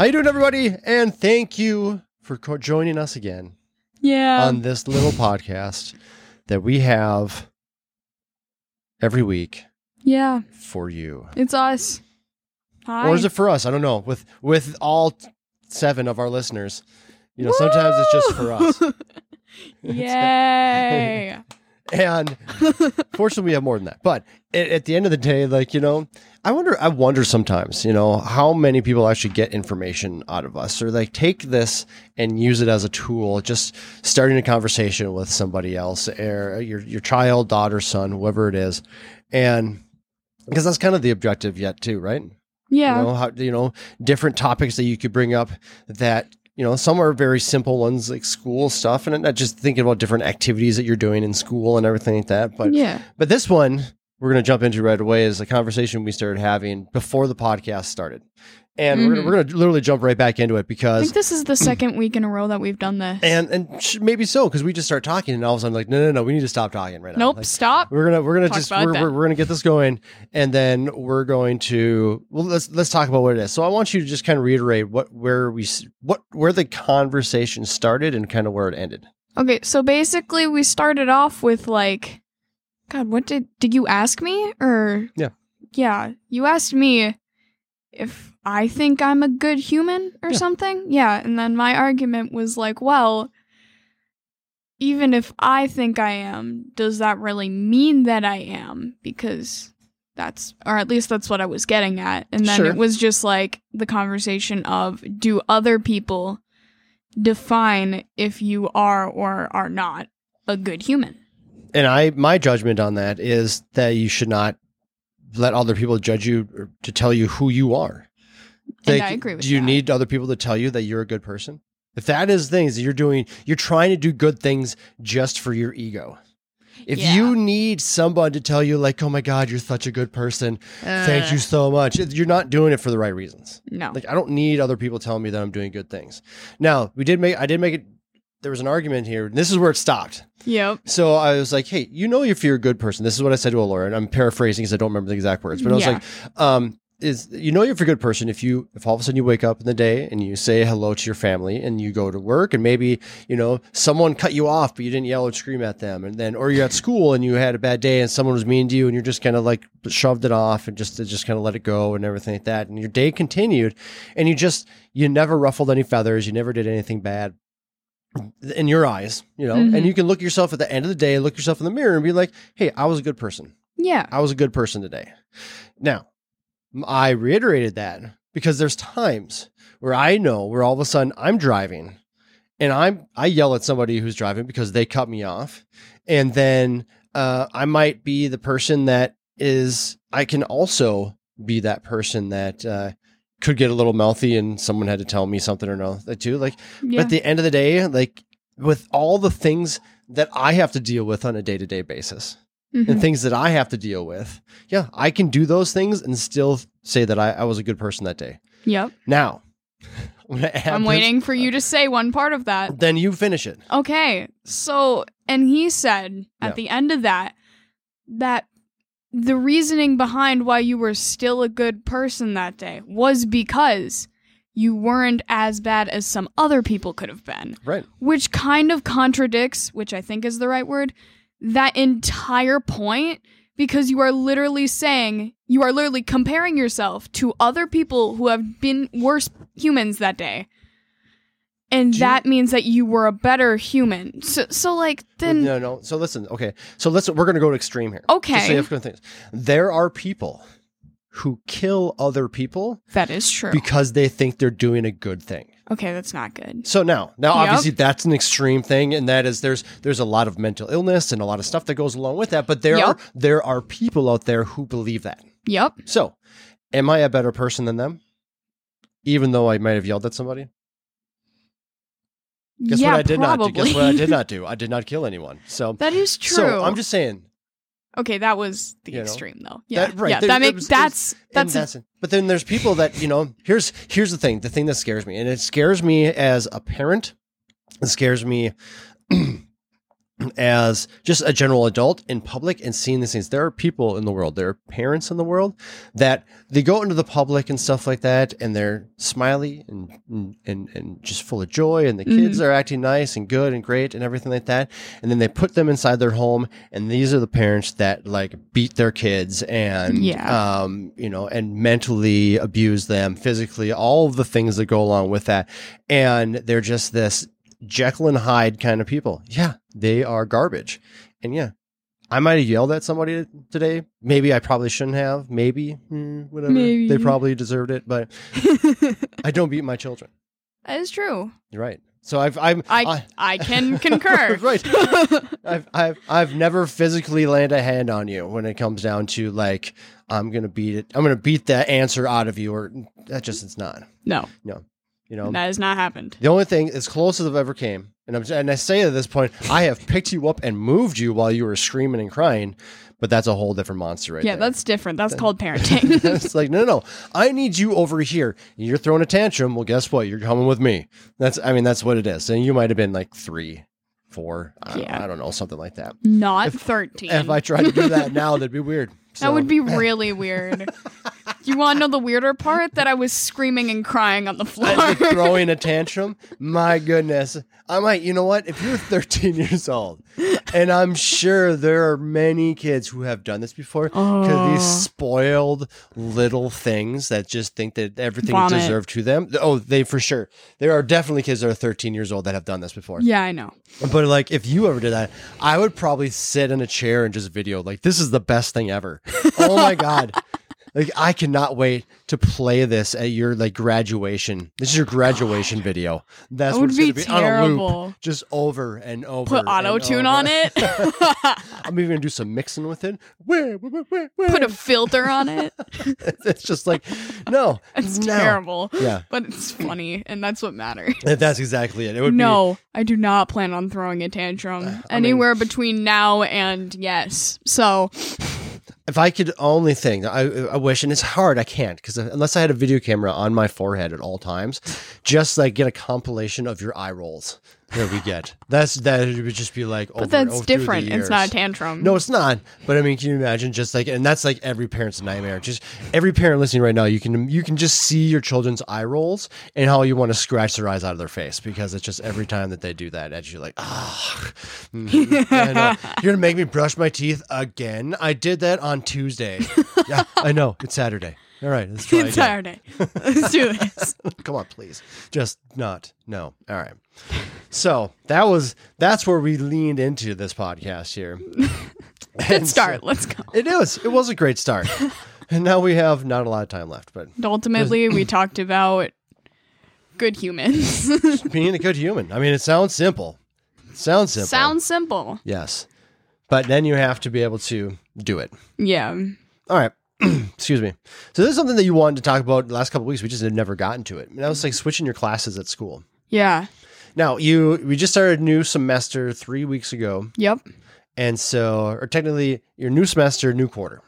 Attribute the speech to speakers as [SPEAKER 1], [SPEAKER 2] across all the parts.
[SPEAKER 1] you doing, everybody? And thank you for co- joining us again
[SPEAKER 2] Yeah.
[SPEAKER 1] on this little podcast that we have every week
[SPEAKER 2] yeah.
[SPEAKER 1] for you.
[SPEAKER 2] It's us. Hi.
[SPEAKER 1] Or is it for us? I don't know. With with all t- seven of our listeners, you know, sometimes it's just for us.
[SPEAKER 2] Yay.
[SPEAKER 1] And fortunately, we have more than that. But at, at the end of the day, like you know, I wonder. I wonder sometimes, you know, how many people actually get information out of us, or like take this and use it as a tool. Just starting a conversation with somebody else, or your your child, daughter, son, whoever it is, and because that's kind of the objective yet, too, right?
[SPEAKER 2] yeah.
[SPEAKER 1] You know, how, you know, different topics that you could bring up that, you know, some are very simple ones like school stuff and not just thinking about different activities that you're doing in school and everything like that. But,
[SPEAKER 2] yeah.
[SPEAKER 1] but this one we're going to jump into right away is a conversation we started having before the podcast started. And we're,
[SPEAKER 2] Mhm.
[SPEAKER 1] gonna, we're going to literally jump right back into it
[SPEAKER 2] I
[SPEAKER 1] because
[SPEAKER 2] think this is the second week in a row that we've done this.
[SPEAKER 1] and and sh- maybe so because we just start talking and all of a sudden like no no no we need to stop talking right now
[SPEAKER 2] nope.
[SPEAKER 1] Like,
[SPEAKER 2] stop.
[SPEAKER 1] we're gonna we're gonna
[SPEAKER 2] Talk
[SPEAKER 1] just
[SPEAKER 2] about
[SPEAKER 1] we're,
[SPEAKER 2] that.
[SPEAKER 1] we're, we're gonna get this going and then we're going to well let's let's talk about what it is so i want you to just kind of reiterate what where we s- what where the conversation started and kind of where it ended
[SPEAKER 2] Okay. So basically, we started off with like, God, what did did you ask me or?
[SPEAKER 1] Yeah.
[SPEAKER 2] Yeah. You asked me if I think I'm a good human or
[SPEAKER 1] Yeah.
[SPEAKER 2] something. Yeah. And then my argument was like, well. Even if I think I am, does that really mean that I am? Because that's or at least that's what i was getting at and then
[SPEAKER 1] Sure.
[SPEAKER 2] it was just like the conversation of do other people define if you are or are not a good human
[SPEAKER 1] and i my judgment on that is that you should not let other people judge you or to tell you who you are
[SPEAKER 2] And
[SPEAKER 1] Like,
[SPEAKER 2] I agree with
[SPEAKER 1] do you
[SPEAKER 2] that.
[SPEAKER 1] need other people to tell you that you're a good person if that is things that you're doing you're trying to do good things just for your ego if
[SPEAKER 2] Yeah.
[SPEAKER 1] you need someone to tell you like oh my god you're such a good person
[SPEAKER 2] Uh.
[SPEAKER 1] Thank you so much. You're not doing it for the right reasons.
[SPEAKER 2] no
[SPEAKER 1] Like I don't need other people telling me that I'm doing good things. Now, we did make I did make it there was an argument here, and this is where it stopped.
[SPEAKER 2] yep
[SPEAKER 1] So I was like, hey, you know if you're a good person. This is what I said to a lawyer, and I'm paraphrasing because I don't remember the exact words, but I was
[SPEAKER 2] Yeah.
[SPEAKER 1] like, um, is you know if you're a good person if you if all of a sudden you wake up in the day and you say hello to your family and you go to work and maybe you know someone cut you off but you didn't yell or scream at them and then or you're at school and you had a bad day and someone was mean to you and you're just kind of like shoved it off and just just kind of let it go and everything like that and your day continued and you just you never ruffled any feathers you never did anything bad in your eyes, you know,
[SPEAKER 2] Mhm.
[SPEAKER 1] and you can look yourself at the end of the day, look yourself in the mirror and be like, hey, I was a good person.
[SPEAKER 2] yeah
[SPEAKER 1] I was a good person today. Now, m- I reiterated that because there's times where I know where all of a sudden I'm driving and I'm I yell at somebody who's driving because they cut me off, and then uh, I might be the person that is I can also be that person that uh, could get a little mouthy and someone had to tell me something or no that too like.
[SPEAKER 2] yeah
[SPEAKER 1] But at the end of the day, like with all the things that I have to deal with on a day to day basis
[SPEAKER 2] Mhm.
[SPEAKER 1] and things that I have to deal with, yeah, I can do those things and still say that I, I was a good person that day.
[SPEAKER 2] yep
[SPEAKER 1] Now, I'm, gonna add
[SPEAKER 2] i'm
[SPEAKER 1] this-
[SPEAKER 2] waiting for you to say one part of that
[SPEAKER 1] Then you finish it.
[SPEAKER 2] Okay. So, and he said at
[SPEAKER 1] Yeah.
[SPEAKER 2] the end of that that the reasoning behind why you were still a good person that day was because you weren't as bad as some other people could have been,
[SPEAKER 1] Right.
[SPEAKER 2] which kind of contradicts, which I think is the right word, that entire point because you are literally saying you are literally comparing yourself to other people who have been worse humans that day and
[SPEAKER 1] Do you-
[SPEAKER 2] that means that you were a better human so, so like then
[SPEAKER 1] no, no. So listen. Okay. So let's. We're gonna go to extreme here. Just so you
[SPEAKER 2] okay
[SPEAKER 1] have to think. There are people who kill other people
[SPEAKER 2] that is true
[SPEAKER 1] because they think they're doing a good thing.
[SPEAKER 2] okay that's not good
[SPEAKER 1] So now, now
[SPEAKER 2] Yep.
[SPEAKER 1] obviously that's an extreme thing, and that is there's there's a lot of mental illness and a lot of stuff that goes along with that. But there
[SPEAKER 2] Yep.
[SPEAKER 1] are there are people out there who believe that.
[SPEAKER 2] yep
[SPEAKER 1] So, am I a better person than them? Even though I might have yelled at somebody. Guess
[SPEAKER 2] yeah
[SPEAKER 1] what I did
[SPEAKER 2] probably
[SPEAKER 1] not do. Guess what I did not do. I did not kill anyone. So,
[SPEAKER 2] that is true
[SPEAKER 1] so I'm just saying.
[SPEAKER 2] okay that was the
[SPEAKER 1] You know,
[SPEAKER 2] extreme though yeah
[SPEAKER 1] that- right,
[SPEAKER 2] yeah
[SPEAKER 1] there-
[SPEAKER 2] that
[SPEAKER 1] there
[SPEAKER 2] makes
[SPEAKER 1] was-
[SPEAKER 2] that's
[SPEAKER 1] and
[SPEAKER 2] that's,
[SPEAKER 1] that's it. But then there's people that you know. Here's here's the thing. The thing that scares me, and it scares me as a parent. It scares me as just a general adult in public and seeing these things. There are people in the world, there are parents in the world that they go into the public and stuff like that, and they're smiley and and and just full of joy, and the kids are acting nice and good and great and everything like that. And then they put them inside their home, and these are the parents that like beat their kids and
[SPEAKER 2] Yeah.
[SPEAKER 1] um you know and mentally abuse them physically, all of the things that go along with that, and they're just this Jekyll and Hyde kind of people. Yeah, they are garbage. And yeah, I might have yelled at somebody today. Maybe I probably shouldn't have. Maybe, Hmm, whatever.
[SPEAKER 2] Maybe.
[SPEAKER 1] They probably deserved it, but I don't beat my children.
[SPEAKER 2] that is true.
[SPEAKER 1] You're right. So I've I'm
[SPEAKER 2] I I can concur.
[SPEAKER 1] right. I've I've I've never physically laid a hand on you when it comes down to like I'm gonna beat it. I'm gonna beat that answer out of you, or that just it's not.
[SPEAKER 2] no,
[SPEAKER 1] You know,
[SPEAKER 2] that has not happened.
[SPEAKER 1] the only thing, as close as I've ever came, and I'm and I say at this point, I have picked you up and moved you while you were screaming and crying, but that's a whole different monster, right?
[SPEAKER 2] yeah,
[SPEAKER 1] there.
[SPEAKER 2] that's different. That's called parenting.
[SPEAKER 1] it's like no, no, no. I need you over here. You're throwing a tantrum. Well, guess what? You're coming with me. That's I mean, that's what it is. And you might have been like three, four. I,
[SPEAKER 2] Yeah.
[SPEAKER 1] I don't know, something like that.
[SPEAKER 2] not thirteen.
[SPEAKER 1] If I tried to do that now, that'd be weird.
[SPEAKER 2] That would be really weird. you want to know the weirder part? That I was screaming and crying on the floor.
[SPEAKER 1] Like throwing a tantrum. My goodness. I might, you know what? If you're 13 years old, and I'm sure there are many kids who have done this before, because these
[SPEAKER 2] Oh.
[SPEAKER 1] spoiled little things that just think that everything
[SPEAKER 2] Vomit.
[SPEAKER 1] is deserved to them. Oh, they for sure. There are definitely kids that are 13 years old that have done this before.
[SPEAKER 2] yeah, I know.
[SPEAKER 1] But like, if you ever did that, I would probably sit in a chair and just video. Like, this is the best thing ever. Oh my god! Like, I cannot wait to play this at your like graduation. This is your graduation video. That's
[SPEAKER 2] That
[SPEAKER 1] what
[SPEAKER 2] would
[SPEAKER 1] it's
[SPEAKER 2] be
[SPEAKER 1] gonna be on a loop,
[SPEAKER 2] terrible.
[SPEAKER 1] just over and over.
[SPEAKER 2] Put
[SPEAKER 1] and
[SPEAKER 2] auto tune
[SPEAKER 1] over.
[SPEAKER 2] on it.
[SPEAKER 1] I'm even gonna do some mixing with it. Where, where, where, where?
[SPEAKER 2] Put a filter on it.
[SPEAKER 1] it's just like, no,
[SPEAKER 2] It's
[SPEAKER 1] no.
[SPEAKER 2] terrible.
[SPEAKER 1] Yeah.
[SPEAKER 2] But it's funny, and that's what matters.
[SPEAKER 1] That's exactly it. It would be
[SPEAKER 2] No, I do not plan on throwing a
[SPEAKER 1] Uh,
[SPEAKER 2] tantrum anywhere between now and yes. So
[SPEAKER 1] If I could only thing, I, I wish, and it's hard, I can't, because unless I had a video camera on my forehead at all times, just like get a compilation of your eye rolls that we get. That's that it would just be like, over
[SPEAKER 2] but
[SPEAKER 1] and
[SPEAKER 2] that's
[SPEAKER 1] over through the
[SPEAKER 2] different. It's
[SPEAKER 1] years.
[SPEAKER 2] not a tantrum.
[SPEAKER 1] No, it's not. But I mean, can you imagine just like, and that's like every parent's nightmare. Just every parent listening right now, you can you can just see your children's eye rolls and how you want to scratch their eyes out of their face because it's just every time that they do that, at you like, ah, mhm, I know. you're gonna make me brush my teeth again. I did that on Tuesday. Yeah, I know it's Saturday. All right, let's try again.
[SPEAKER 2] it's Saturday. Let's do this.
[SPEAKER 1] Come on, please, just not. No, all right. So that was that's where we leaned into this podcast here.
[SPEAKER 2] Good start. Let's go.
[SPEAKER 1] It is. It was a great start. and now we have not a lot of time left, but
[SPEAKER 2] And ultimately, we talked about good humans.
[SPEAKER 1] being a good human. I mean, it sounds simple. It sounds simple.
[SPEAKER 2] Sounds simple.
[SPEAKER 1] Yes. But then you have to be able to do it.
[SPEAKER 2] Yeah.
[SPEAKER 1] All right. Excuse me. So this is something that you wanted to talk about the last couple of weeks. We just had never gotten to it. And that was like switching your classes at school.
[SPEAKER 2] Yeah.
[SPEAKER 1] Now you we just started a new semester three weeks ago.
[SPEAKER 2] Yep.
[SPEAKER 1] And so or technically your new semester, new quarter.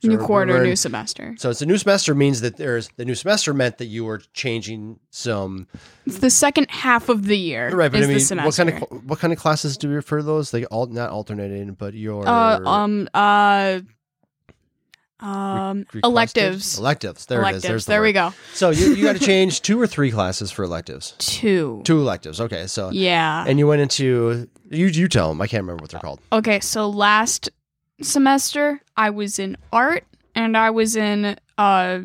[SPEAKER 1] So
[SPEAKER 2] New
[SPEAKER 1] we're-
[SPEAKER 2] quarter,
[SPEAKER 1] we're-
[SPEAKER 2] new semester.
[SPEAKER 1] So it's a new semester means that there's the new semester meant that you were changing some
[SPEAKER 2] It's the second half of the year.
[SPEAKER 1] Right, but
[SPEAKER 2] is
[SPEAKER 1] I
[SPEAKER 2] the
[SPEAKER 1] mean, what
[SPEAKER 2] semester.
[SPEAKER 1] kind of cl- what kind of classes do we refer to those? Like all not alternating, but your
[SPEAKER 2] uh, um uh um
[SPEAKER 1] requested-
[SPEAKER 2] electives.
[SPEAKER 1] Electives. There
[SPEAKER 2] electives.
[SPEAKER 1] it is. There's the
[SPEAKER 2] there we
[SPEAKER 1] word.
[SPEAKER 2] go.
[SPEAKER 1] So you, you got to change two or three classes for electives.
[SPEAKER 2] Two.
[SPEAKER 1] Two uh, electives. Okay, so
[SPEAKER 2] Yeah.
[SPEAKER 1] and you went into you you tell them. I can't remember what they're called.
[SPEAKER 2] Okay, so last semester I was in art and I was in uh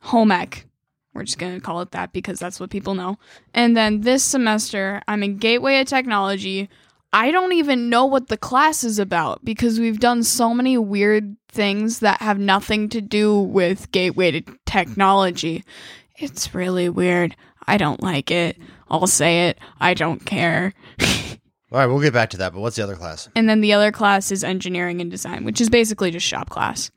[SPEAKER 2] home ec. We're just gonna call it that because that's what people know. And then this semester I'm in Gateway of Technology. I don't even know what the class is about because we've done so many weird things that have nothing to do with Gateway to Technology. It's really weird. I don't like it. I'll say it. I don't care.
[SPEAKER 1] All right, we'll get back to that. But what's the other class?
[SPEAKER 2] And then the other class is engineering and design, which is basically just shop class.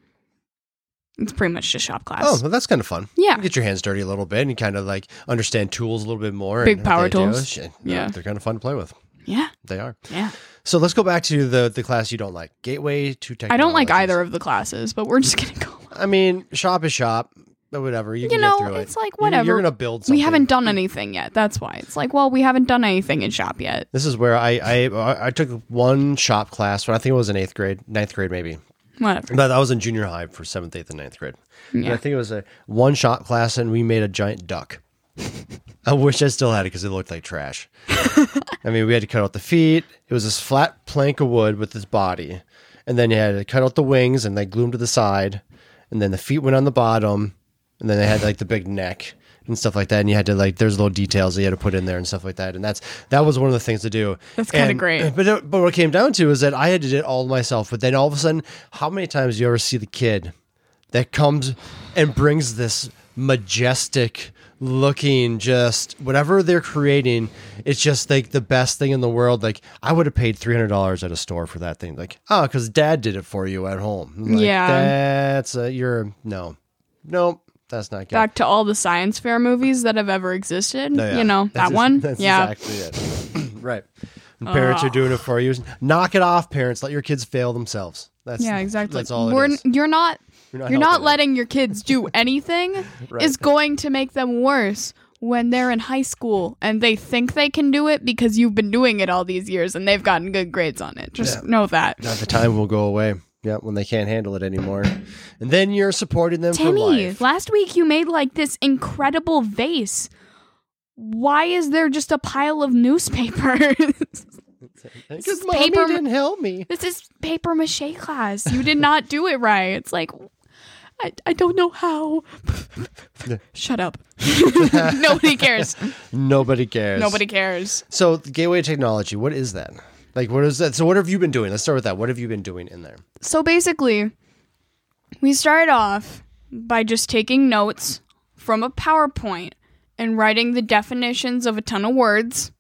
[SPEAKER 2] It's pretty much just shop class.
[SPEAKER 1] Oh, well, that's kind of fun.
[SPEAKER 2] yeah.
[SPEAKER 1] You get your hands dirty a little bit, and you kind of like understand tools a little bit more.
[SPEAKER 2] Big
[SPEAKER 1] and what
[SPEAKER 2] power
[SPEAKER 1] they do.
[SPEAKER 2] tools.
[SPEAKER 1] Shit,
[SPEAKER 2] Yeah.
[SPEAKER 1] they're kind of fun to play with.
[SPEAKER 2] Yeah.
[SPEAKER 1] They are.
[SPEAKER 2] Yeah.
[SPEAKER 1] So let's go back to the the class you don't like. Gateway to technology.
[SPEAKER 2] I don't like either of the classes, but we're just going to go.
[SPEAKER 1] I mean, shop is shop. whatever. You,
[SPEAKER 2] You
[SPEAKER 1] can
[SPEAKER 2] know,
[SPEAKER 1] get through it.
[SPEAKER 2] it's like,
[SPEAKER 1] You- You're
[SPEAKER 2] whatever.
[SPEAKER 1] gonna build. Something.
[SPEAKER 2] We haven't done anything yet. That's why. It's like, well, we haven't done anything in shop yet.
[SPEAKER 1] This is where I I I took one shop class when I think it was in eighth grade, ninth grade maybe.
[SPEAKER 2] Whatever.
[SPEAKER 1] But I was in junior high for seventh, eighth, and ninth grade. And I
[SPEAKER 2] Yeah.
[SPEAKER 1] think it was a one shop class, and we made a giant duck. I wish I still had it because it looked like trash. I mean, we had to cut out the feet. It was this flat plank of wood with this body, and then you had to cut out the wings and they glue them to the side, and then the feet went on the bottom, and then they had like the big neck and stuff like that. And you had to like there's little details that you had to put in there and stuff like that. And that's that was one of the things to do.
[SPEAKER 2] That's kinda
[SPEAKER 1] And-
[SPEAKER 2] great.
[SPEAKER 1] But it- but what it came down to is that I had to do it all myself. But then all of a sudden, how many times do you ever see the kid? that comes and brings this majestic looking just whatever they're creating it's just like the best thing in the world like i would have paid $300 at a store for that thing like oh because dad did it for you at home Like,
[SPEAKER 2] Yeah.
[SPEAKER 1] that's a you're no no that's not good
[SPEAKER 2] Back to all the science fair movies that have ever existed.
[SPEAKER 1] Oh, yeah.
[SPEAKER 2] You know,
[SPEAKER 1] That's
[SPEAKER 2] that
[SPEAKER 1] ex-
[SPEAKER 2] one.
[SPEAKER 1] that's
[SPEAKER 2] yeah.
[SPEAKER 1] exactly it right And parents are doing it for you knock it off parents let your kids fail themselves that's
[SPEAKER 2] Yeah, exactly.
[SPEAKER 1] that's all it
[SPEAKER 2] We're,
[SPEAKER 1] is.
[SPEAKER 2] You're not
[SPEAKER 1] You're not
[SPEAKER 2] you're not,
[SPEAKER 1] helping them.
[SPEAKER 2] letting your kids do anything is going to make them worse when they're in high school and they think they can do it because you've been doing it all these years and they've gotten good grades on it. Just know that.
[SPEAKER 1] Not the time will go away. Yeah, when they can't handle it anymore. And then you're supporting them for
[SPEAKER 2] Timmy,
[SPEAKER 1] life.
[SPEAKER 2] last week you made like this incredible vase. Why is there just a pile of newspapers?
[SPEAKER 1] Because
[SPEAKER 2] is
[SPEAKER 1] mommy
[SPEAKER 2] paper-
[SPEAKER 1] didn't help me.
[SPEAKER 2] this is paper mache class. You did not do it right. It's like, I, I don't know how. Shut up. Nobody cares.
[SPEAKER 1] Nobody cares.
[SPEAKER 2] Nobody cares.
[SPEAKER 1] So the gateway to technology, what is that? Like what is that? So what have you been doing? Let's start with that. What have you been doing in there?
[SPEAKER 2] So basically, we started off by just taking notes from a PowerPoint and writing the definitions of a ton of words.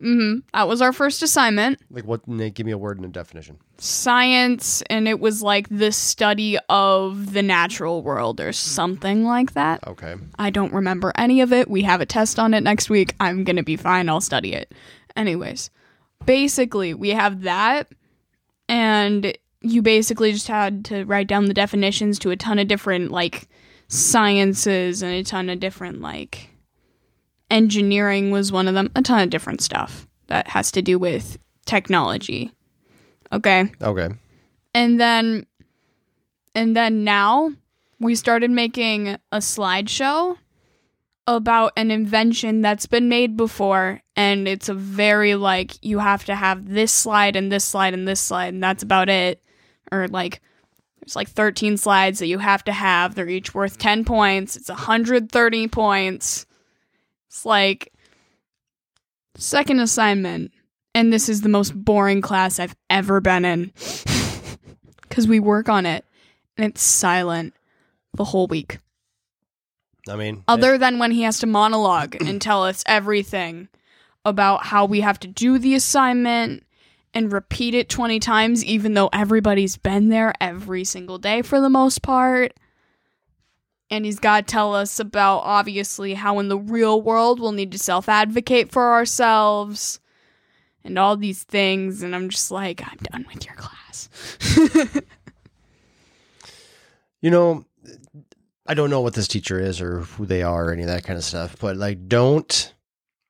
[SPEAKER 2] hmm That was our first assignment.
[SPEAKER 1] Like what Nick, give me a word and a definition.
[SPEAKER 2] Science, and it was like the study of the natural world or something like that.
[SPEAKER 1] Okay.
[SPEAKER 2] I don't remember any of it. We have a test on it next week. I'm going to be fine. I'll study it. Anyways, basically, we have that. And you basically just had to write down the definitions to a ton of different, like, sciences and a ton of different, like, engineering was one of them. A ton of different stuff that has to do with technology. Okay
[SPEAKER 1] Okay.
[SPEAKER 2] and then and then now we started making a slideshow about an invention that's been made before and it's a very like you have to have this slide and this slide and this slide and that's about it or like there's like 13 slides that you have to have they're each worth 10 points it's 130 points it's like second assignment and this is the most boring class I've ever been in because we work on it and it's silent the whole week
[SPEAKER 1] I mean
[SPEAKER 2] other than when he has to monologue and tell us everything about how we have to do the assignment and repeat it 20 times even though everybody's been there every single day for the most part and he's got to tell us about obviously how in the real world we'll need to self-advocate for ourselves and all these things and i'm just like i'm done with your class
[SPEAKER 1] you know i don't know what this teacher is or who they are or any of that kind of stuff but like don't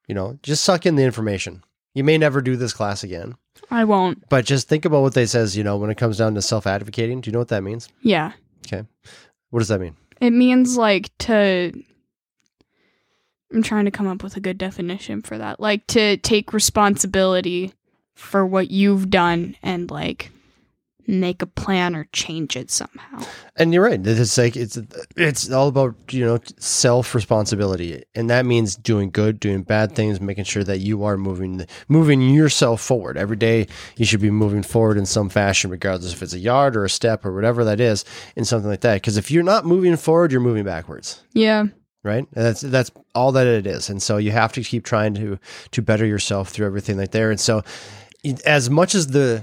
[SPEAKER 1] you know just suck in the information you may never do this class again
[SPEAKER 2] i won't
[SPEAKER 1] but just think about what they says you know when it comes down to self-advocating do you know what that means
[SPEAKER 2] yeah
[SPEAKER 1] what does that mean
[SPEAKER 2] It means like to. I'm trying to come up with a good definition for that. Like to take responsibility for what you've done and like make a plan or change it somehow.
[SPEAKER 1] And you're right. It's like it's it's all about you know self responsibility, and that means doing good, doing bad things, making sure that you are moving moving yourself forward every day. You should be moving forward in some fashion, regardless if it's a yard or a step or whatever that is, in something like that. Because if you're not moving forward, you're moving backwards
[SPEAKER 2] Yeah.
[SPEAKER 1] right And that's that's all that it is and so you have to keep trying to to better yourself through everything like there and so it- as much as the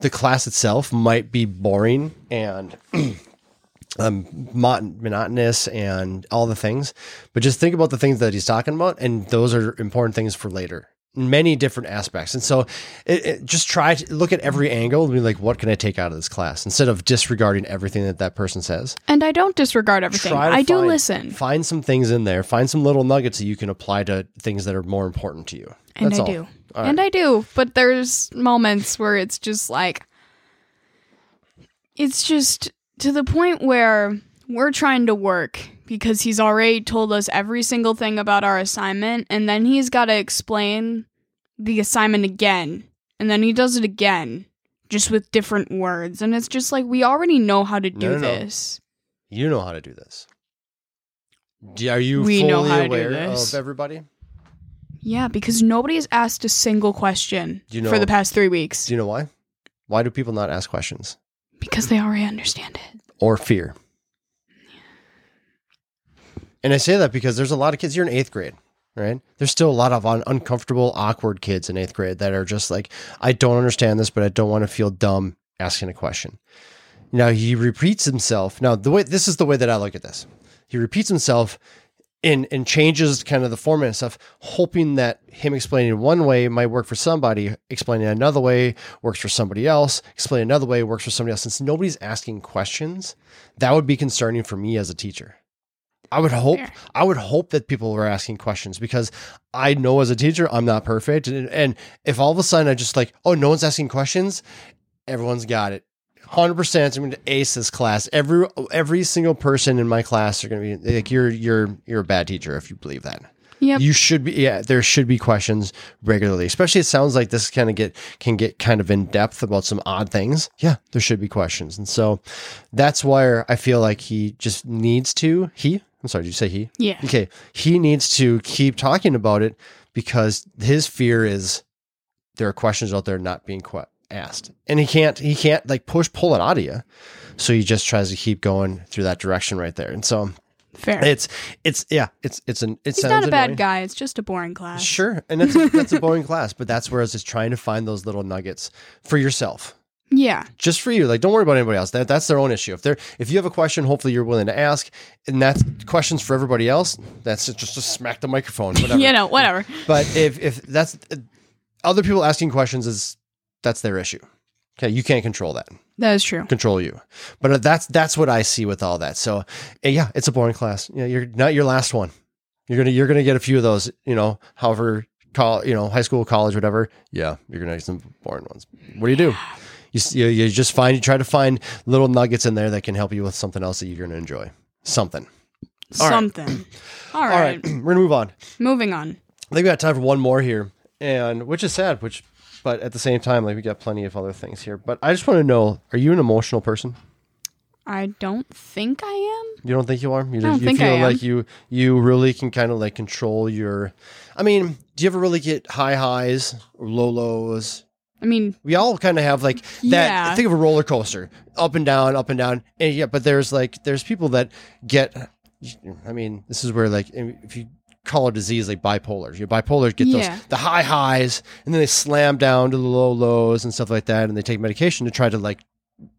[SPEAKER 1] the class itself might be boring and um mon- monotonous and all the things but just think about the things that he's talking about and those are important things for later many different aspects. And so it, it- just try to look at every angle and be like, what can I take out of this class instead of disregarding everything that that person says?
[SPEAKER 2] And I don't disregard everything.
[SPEAKER 1] Try to
[SPEAKER 2] I do
[SPEAKER 1] find-
[SPEAKER 2] listen.
[SPEAKER 1] Find some things in there. Find some little nuggets that you can apply to things that are more important to you.
[SPEAKER 2] and I
[SPEAKER 1] That's all.
[SPEAKER 2] do.
[SPEAKER 1] All
[SPEAKER 2] And I do. But there's moments where it's just like, it's just to the point where we're trying to work because he's already told us every single thing about our assignment. And then he's got to explain the assignment again. And then he does it again, just with different words. And it's just like, we already know how to do
[SPEAKER 1] No, no, no.
[SPEAKER 2] this.
[SPEAKER 1] You know how to do this. Do- Are you
[SPEAKER 2] We
[SPEAKER 1] fully
[SPEAKER 2] know how to do
[SPEAKER 1] aware
[SPEAKER 2] this.
[SPEAKER 1] of everybody?
[SPEAKER 2] Yeah, because nobody's asked a single question
[SPEAKER 1] Do you know-
[SPEAKER 2] for the past three weeks
[SPEAKER 1] Do you know why? Why do people not ask questions
[SPEAKER 2] because they already understand it.
[SPEAKER 1] or fear? And I say that because there's a lot of kids. You're in eighth grade, right? There's still a lot of un- uncomfortable, awkward kids in eighth grade that are just like, I don't understand this, but I don't want to feel dumb asking a question. Now he repeats himself. Now the way this is the way that I look at this. He repeats himself and and changes kind of the format and stuff, hoping that him explaining one way might work for somebody, explaining another way works for somebody else, explaining another way works for somebody else. Since nobody's asking questions, that would be concerning for me as a teacher. I would hope
[SPEAKER 2] Fair.
[SPEAKER 1] I would hope that people were asking questions because I know as a teacher I'm not perfect. And, and if all of a sudden I just like, oh, no one's asking questions, everyone's got it. Hundred percent. I'm going to ace this class. Every every single person in my class are going to be like you're you're you're a bad teacher if you believe that.
[SPEAKER 2] Yep.
[SPEAKER 1] You should be. Yeah, there should be questions regularly. Especially, it sounds like this kind of get can get kind of in depth about some odd things. Yeah, there should be questions, and so that's where I feel like he just needs to. He, I'm sorry, did you say he?
[SPEAKER 2] yeah.
[SPEAKER 1] Okay, he needs to keep talking about it because his fear is there are questions out there not being que- asked, and he can't he can't like push pull it out of you. So he just tries to keep going through that direction right there, and so
[SPEAKER 2] Fair.
[SPEAKER 1] it's it's yeah it's it's an it
[SPEAKER 2] He's
[SPEAKER 1] sounds
[SPEAKER 2] not a bad
[SPEAKER 1] annoying.
[SPEAKER 2] guy. It's just a boring class.
[SPEAKER 1] Sure, and that's that's a boring class, but that's where I was just trying to find those little nuggets for yourself,
[SPEAKER 2] Yeah.
[SPEAKER 1] just for you. Like, don't worry about anybody else. That that's their own issue. If they're if you have a question, hopefully you're willing to ask, and that's questions for everybody else. That's it, just to smack the microphone, whatever.
[SPEAKER 2] You know, whatever.
[SPEAKER 1] But if if that's other people asking questions is that's their issue. Okay, you can't control that.
[SPEAKER 2] That is true.
[SPEAKER 1] Control you, but uh, that's that's what I see with all that. So, eh, yeah, it's a boring class. Yeah, you're not your last one. You're gonna you're gonna get a few of those. You know, however, call you know high school, college, whatever. Yeah, you're gonna get some boring ones. What do you do? You s- you, you just find you try to find little nuggets in there that can help you with something else that you're gonna enjoy. Something. All right.
[SPEAKER 2] Something. All
[SPEAKER 1] All right, we're gonna move on.
[SPEAKER 2] Moving on.
[SPEAKER 1] I think we got time for one more here, and which is sad, which but at the same time, like we got plenty of other things here. But I just want to know: Are you an emotional person?
[SPEAKER 2] I don't think I am.
[SPEAKER 1] You don't think you are? You,
[SPEAKER 2] don't
[SPEAKER 1] you
[SPEAKER 2] think
[SPEAKER 1] feel
[SPEAKER 2] I am.
[SPEAKER 1] like you you really can kind of like control your. I mean, do you ever really get high highs or low lows?
[SPEAKER 2] I mean,
[SPEAKER 1] We all kind of have like that.
[SPEAKER 2] Yeah.
[SPEAKER 1] Think of a roller coaster, up and down, up and down, and yeah. But there's like there's people that get. I mean, this is where like if you call a disease like bipolar, your bipolar get
[SPEAKER 2] Yeah.
[SPEAKER 1] those the high highs and then they slam down to the low lows and stuff like that, and they take medication to try to like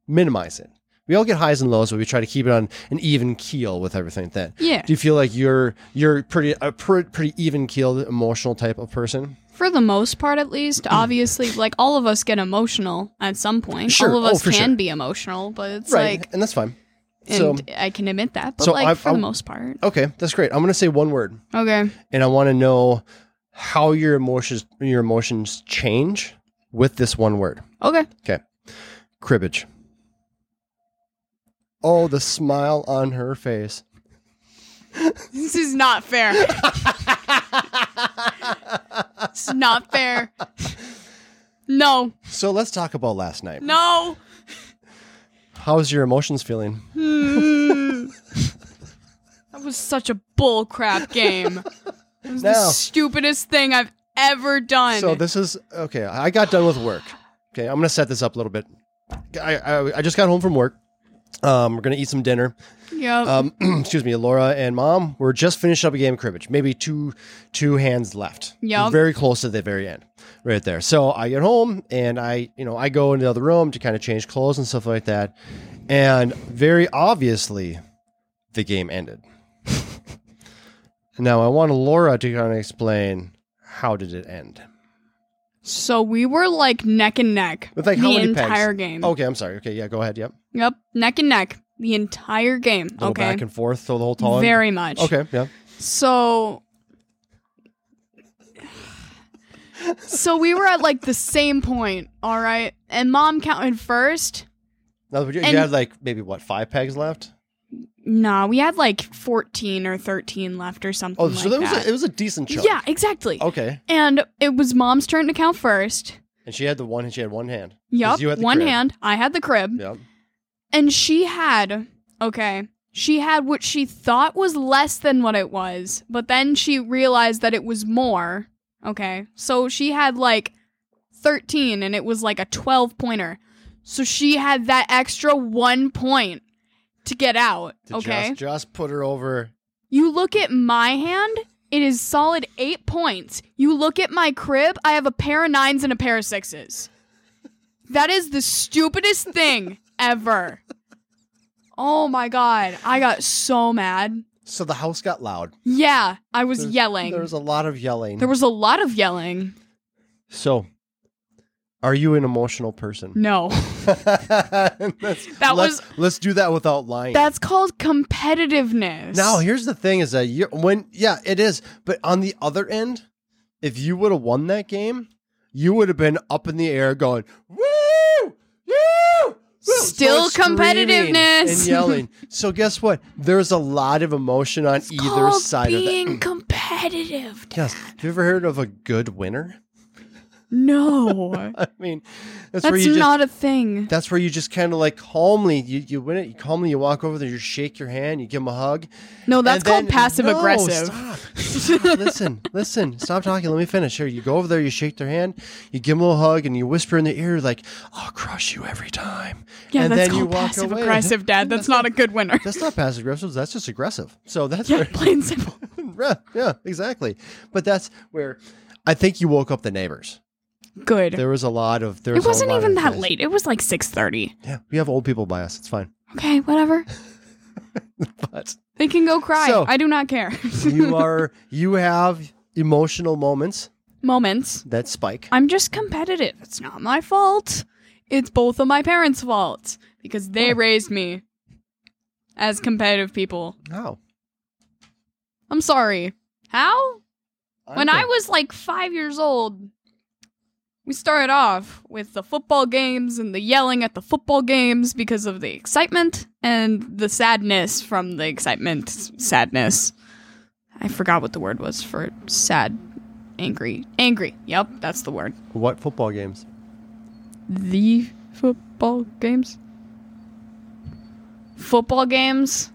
[SPEAKER 1] minimize it. We all get highs and lows, but we try to keep it on an even keel with everything. Then,
[SPEAKER 2] Yeah.
[SPEAKER 1] Do you feel like you're you're pretty a pre- pretty even keeled emotional type of person?
[SPEAKER 2] for the most part, at least,
[SPEAKER 1] Hmm.
[SPEAKER 2] obviously, like all of us get emotional at some point.
[SPEAKER 1] Sure.
[SPEAKER 2] All of
[SPEAKER 1] Oh,
[SPEAKER 2] us
[SPEAKER 1] for
[SPEAKER 2] can
[SPEAKER 1] sure.
[SPEAKER 2] be emotional, but it's like,
[SPEAKER 1] and that's fine.
[SPEAKER 2] and I can admit that, but
[SPEAKER 1] so
[SPEAKER 2] like
[SPEAKER 1] I-
[SPEAKER 2] for
[SPEAKER 1] I-
[SPEAKER 2] the most part.
[SPEAKER 1] Okay, that's great. I'm going to say one word,
[SPEAKER 2] Okay.
[SPEAKER 1] and I want to know how your emotions your emotions change with this one word.
[SPEAKER 2] Okay.
[SPEAKER 1] Okay, cribbage. Oh, the smile on her face.
[SPEAKER 2] This is not fair. it's not fair. No.
[SPEAKER 1] So let's talk about last night.
[SPEAKER 2] No.
[SPEAKER 1] How's your emotions feeling?
[SPEAKER 2] That was such a bullcrap game. It was
[SPEAKER 1] No.
[SPEAKER 2] the stupidest thing I've ever done.
[SPEAKER 1] So this is okay. I got done with work. Okay, I'm gonna set this up a little bit. I I, I just got home from work. Um, we're gonna eat some dinner.
[SPEAKER 2] yep.
[SPEAKER 1] Um, excuse me, Laura and Mom. We're just finished up a game of cribbage. Maybe two two hands left.
[SPEAKER 2] Yup.
[SPEAKER 1] Very close to the very end, right there. So I get home and I you know I go into the other room to kind of change clothes and stuff like that. And very obviously, the game ended. now I want Laura to kind of explain how did it end.
[SPEAKER 2] So we were like neck and neck
[SPEAKER 1] With, like,
[SPEAKER 2] the
[SPEAKER 1] how many pegs? Oh.
[SPEAKER 2] entire game.
[SPEAKER 1] Okay, I'm sorry. Okay, yeah, go ahead. Yep.
[SPEAKER 2] Yep, neck and neck the entire game.
[SPEAKER 1] Go
[SPEAKER 2] okay,
[SPEAKER 1] back and forth, throw the whole time.
[SPEAKER 2] very much.
[SPEAKER 1] Okay, yeah.
[SPEAKER 2] So So we were at like the same point, all right? And mom counted first.
[SPEAKER 1] Now, you, you
[SPEAKER 2] And-
[SPEAKER 1] had like maybe what five pegs left?
[SPEAKER 2] Nah, we had like 14 or 13 left or something
[SPEAKER 1] Oh,
[SPEAKER 2] like
[SPEAKER 1] so that was
[SPEAKER 2] that.
[SPEAKER 1] a, it was a decent chunk.
[SPEAKER 2] yeah, exactly.
[SPEAKER 1] Okay,
[SPEAKER 2] And it was mom's turn to count first.
[SPEAKER 1] and she had the one. She had one hand.
[SPEAKER 2] Yup.
[SPEAKER 1] you had the
[SPEAKER 2] One
[SPEAKER 1] crib.
[SPEAKER 2] hand, I had the crib.
[SPEAKER 1] Yep.
[SPEAKER 2] And she had, okay, she had what she thought was less than what it was, but then she realized that it was more. Okay, so she had like 13 and it was like a 12 pointer. So she had that extra one point to get out.
[SPEAKER 1] To
[SPEAKER 2] okay,
[SPEAKER 1] Just, just put her over.
[SPEAKER 2] you look at my hand. It is solid eight points. You look at my crib, I have a pair of nines and a pair of sixes. That is the stupidest thing ever. Oh my god. I got so mad.
[SPEAKER 1] So the house got loud.
[SPEAKER 2] Yeah, I was
[SPEAKER 1] There's-
[SPEAKER 2] yelling.
[SPEAKER 1] There was a lot of yelling.
[SPEAKER 2] there was a lot of yelling.
[SPEAKER 1] so, are you an emotional person?
[SPEAKER 2] No.
[SPEAKER 1] that
[SPEAKER 2] was-
[SPEAKER 1] Let's do that without lying.
[SPEAKER 2] That's called competitiveness.
[SPEAKER 1] Now, here's the thing: is that you when yeah, it is. But on the other end, if you would have won that game, you would have been up in the air going woo, woo, woo
[SPEAKER 2] Still
[SPEAKER 1] screaming
[SPEAKER 2] competitiveness.
[SPEAKER 1] and yelling. so guess what? There's a lot of emotion on either
[SPEAKER 2] called
[SPEAKER 1] side of
[SPEAKER 2] being competitive.
[SPEAKER 1] that. Yes. Have you ever heard of a good winner?
[SPEAKER 2] No.
[SPEAKER 1] I mean, that's, where
[SPEAKER 2] That's
[SPEAKER 1] you just
[SPEAKER 2] not a thing.
[SPEAKER 1] that's where you just kind of like calmly you, you win it. You calmly you walk over there, you shake your hand, you give them a hug,
[SPEAKER 2] No, that's
[SPEAKER 1] And
[SPEAKER 2] called
[SPEAKER 1] then-
[SPEAKER 2] passive
[SPEAKER 1] No,
[SPEAKER 2] aggressive.
[SPEAKER 1] Stop. Stop. listen, listen. Stop talking. Let me finish. Here, you go over there. You shake their hand. You give them a little hug, and you whisper in the ear like, "I'll crush you every time."
[SPEAKER 2] Yeah,
[SPEAKER 1] and
[SPEAKER 2] that's
[SPEAKER 1] then you
[SPEAKER 2] called
[SPEAKER 1] walk
[SPEAKER 2] passive
[SPEAKER 1] away.
[SPEAKER 2] aggressive, Dad. That's not a good winner.
[SPEAKER 1] That's not passive aggressive. That's just aggressive. So that's
[SPEAKER 2] Yeah,
[SPEAKER 1] where-
[SPEAKER 2] plain and simple.
[SPEAKER 1] yeah, yeah, exactly. But that's where I think you woke up the neighbors.
[SPEAKER 2] Good.
[SPEAKER 1] There was a lot of there.
[SPEAKER 2] it
[SPEAKER 1] was a
[SPEAKER 2] wasn't
[SPEAKER 1] lot
[SPEAKER 2] even
[SPEAKER 1] of
[SPEAKER 2] that
[SPEAKER 1] noise.
[SPEAKER 2] late. It was like six thirty.
[SPEAKER 1] Yeah, we have old people by us. It's fine.
[SPEAKER 2] Okay, whatever.
[SPEAKER 1] But
[SPEAKER 2] They can go cry.
[SPEAKER 1] So-
[SPEAKER 2] I do not care.
[SPEAKER 1] you are you have emotional moments
[SPEAKER 2] Moments.
[SPEAKER 1] that spike.
[SPEAKER 2] I'm just competitive. It's not my fault. It's both of my parents' fault because they raised me as competitive people.
[SPEAKER 1] How?
[SPEAKER 2] I'm sorry. How? when
[SPEAKER 1] I'm
[SPEAKER 2] I was like five years old, we started off with the football games and the yelling at the football games because of the excitement and the sadness from the excitement. Sadness. I forgot what the word was for sad, angry. Angry. Yep, that's the word.
[SPEAKER 1] What football games?
[SPEAKER 2] The football games? Football games?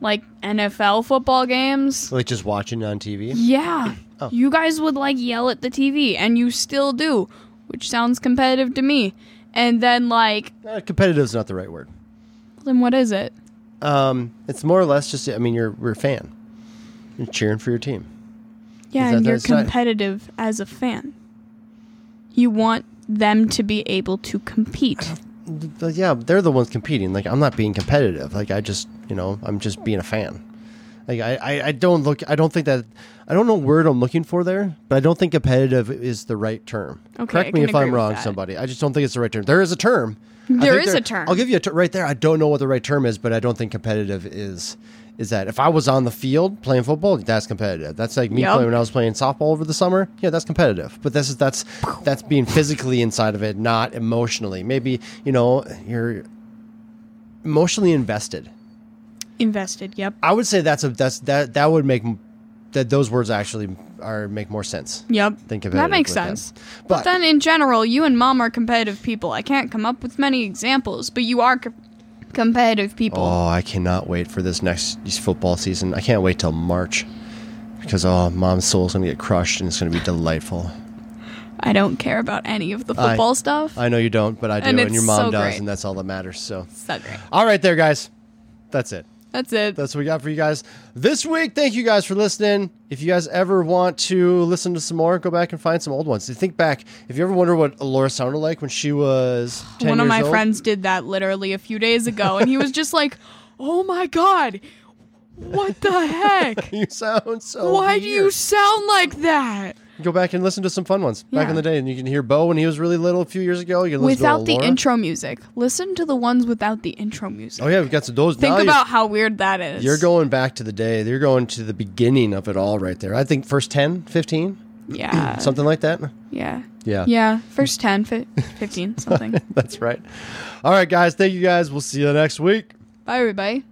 [SPEAKER 2] Like NFL football games?
[SPEAKER 1] Like just watching on TV?
[SPEAKER 2] Yeah.
[SPEAKER 1] Oh.
[SPEAKER 2] You guys would like yell at the TV, and you still do, which sounds competitive to me. And then, like,
[SPEAKER 1] Uh, competitive is not the right word.
[SPEAKER 2] then what is it?
[SPEAKER 1] Um, it's more or less just, I mean, you're, you're a fan. You're cheering for your team.
[SPEAKER 2] Yeah,
[SPEAKER 1] Is that-
[SPEAKER 2] and you're
[SPEAKER 1] that's not-
[SPEAKER 2] competitive as a fan. You want them to be able to compete.
[SPEAKER 1] But yeah, they're the ones competing. Like, I'm not being competitive. Like, I just, you know, I'm just being a fan. Like, I, I, I don't look, I don't think that, I don't know word I'm looking for there, but I don't think competitive is the right term.
[SPEAKER 2] Okay, I
[SPEAKER 1] Correct me
[SPEAKER 2] can
[SPEAKER 1] if I'm
[SPEAKER 2] agree with
[SPEAKER 1] wrong,
[SPEAKER 2] that.
[SPEAKER 1] somebody. I just don't think it's the right term. There is a term. I
[SPEAKER 2] There
[SPEAKER 1] think
[SPEAKER 2] is a term.
[SPEAKER 1] I'll give you a ter- right there. I don't know what the right term is, but I don't think competitive is is that. If I was on the field playing football, that's competitive. That's like me
[SPEAKER 2] Yep.
[SPEAKER 1] playing when I was playing softball over the summer. Yeah, that's competitive. But this is that's that's being physically inside of it, not emotionally. Maybe you know you're emotionally invested.
[SPEAKER 2] Invested, yep.
[SPEAKER 1] I would say that's a that's that that would make m- that those words actually are make more sense.
[SPEAKER 2] Yep.
[SPEAKER 1] Than
[SPEAKER 2] That
[SPEAKER 1] competitive
[SPEAKER 2] makes
[SPEAKER 1] with that.
[SPEAKER 2] sense. But,
[SPEAKER 1] But-
[SPEAKER 2] then, in general, you and mom are competitive people. I can't come up with many examples, but you are co- competitive people.
[SPEAKER 1] Oh, I cannot wait for this next football season. I can't wait till March because oh, mom's soul's gonna get crushed and it's gonna be delightful.
[SPEAKER 2] I don't care about any of the
[SPEAKER 1] I-
[SPEAKER 2] football stuff.
[SPEAKER 1] I know you don't, but I do,
[SPEAKER 2] And
[SPEAKER 1] and,
[SPEAKER 2] it's
[SPEAKER 1] your mom
[SPEAKER 2] so
[SPEAKER 1] does,
[SPEAKER 2] great.
[SPEAKER 1] and that's all that matters. So,
[SPEAKER 2] so great.
[SPEAKER 1] all right, there, guys, that's it.
[SPEAKER 2] That's it.
[SPEAKER 1] That's what we got for you guys this week. Thank you guys for listening. If you guys ever want to listen to some more, go back and find some old ones. Think back. If you ever wonder what Laura sounded like when she was 10
[SPEAKER 2] One of
[SPEAKER 1] years
[SPEAKER 2] my
[SPEAKER 1] old,
[SPEAKER 2] friends did that literally a few days ago, and he was just like, "Oh my god, what the heck?
[SPEAKER 1] you sound so.
[SPEAKER 2] Why do you
[SPEAKER 1] weird."
[SPEAKER 2] sound like that?"
[SPEAKER 1] Go back and listen to some fun ones back
[SPEAKER 2] Yeah.
[SPEAKER 1] in the day, and you can hear Bo when he was really little a few years ago. You can listen
[SPEAKER 2] without
[SPEAKER 1] to
[SPEAKER 2] the
[SPEAKER 1] Laura.
[SPEAKER 2] intro music. Listen to the ones without the intro music.
[SPEAKER 1] Oh yeah, we've got some those.
[SPEAKER 2] Think
[SPEAKER 1] now
[SPEAKER 2] about how weird that is.
[SPEAKER 1] you're, you're going back to the day. You're going to the beginning of it all, right there. I think first 10, 15,
[SPEAKER 2] Yeah.
[SPEAKER 1] something like that.
[SPEAKER 2] yeah.
[SPEAKER 1] Yeah.
[SPEAKER 2] Yeah. First 10, fi- 15, something.
[SPEAKER 1] That's right. All right, guys. Thank you, guys. We'll see you next week.
[SPEAKER 2] Bye, everybody.